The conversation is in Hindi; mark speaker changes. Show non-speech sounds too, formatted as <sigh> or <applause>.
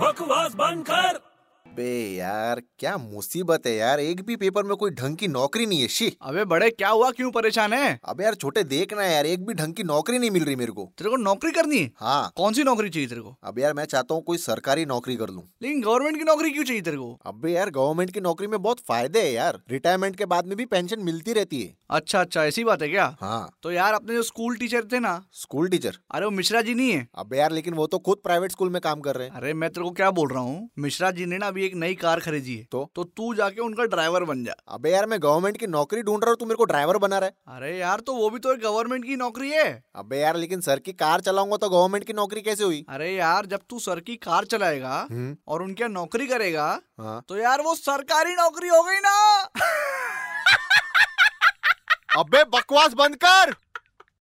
Speaker 1: बकवास बंद कर
Speaker 2: बे यार क्या मुसीबत है यार एक भी पेपर में कोई ढंग की नौकरी नहीं है शी
Speaker 3: अबे बड़े क्या हुआ क्यों परेशान है
Speaker 2: अब यार छोटे देखना यार एक भी ढंग की नौकरी नहीं मिल रही मेरे को
Speaker 3: तेरे को नौकरी करनी है
Speaker 2: हाँ
Speaker 3: कौन सी नौकरी चाहिए तेरे को
Speaker 2: अब यार मैं चाहता हूँ कोई सरकारी नौकरी कर लूँ
Speaker 3: लेकिन गवर्नमेंट की नौकरी क्यों चाहिए तेरे को
Speaker 2: अब भी यार गवर्नमेंट की नौकरी में बहुत फायदे है यार रिटायरमेंट के बाद में भी पेंशन मिलती रहती है
Speaker 3: अच्छा अच्छा ऐसी बात है क्या
Speaker 2: हाँ
Speaker 3: तो यार अपने जो स्कूल टीचर थे ना
Speaker 2: स्कूल टीचर
Speaker 3: अरे वो मिश्रा जी नहीं है
Speaker 2: अब यार लेकिन वो तो खुद प्राइवेट स्कूल में काम कर रहे हैं
Speaker 3: अरे मैं तेरे को क्या बोल रहा हूँ मिश्रा जी ने ना अभी एक नई कार खरीदी है
Speaker 2: तो?
Speaker 3: तो तू जाके उनका ड्राइवर बन जा
Speaker 2: अबे यार मैं गवर्नमेंट की नौकरी ढूंढ रहा हूँ तू मेरे को ड्राइवर बना रहा है
Speaker 3: अरे यार तो वो भी तो एक गवर्नमेंट की नौकरी है
Speaker 2: अबे यार लेकिन सर की कार चलाऊंगा तो गवर्नमेंट की नौकरी कैसे हुई
Speaker 3: अरे यार जब तू सर की कार चलाएगा
Speaker 2: हम्म
Speaker 3: और उनके यहाँ नौकरी करेगा
Speaker 2: हाँ
Speaker 3: तो यार वो सरकारी नौकरी हो गई ना <laughs>
Speaker 2: अबे बकवास बंद कर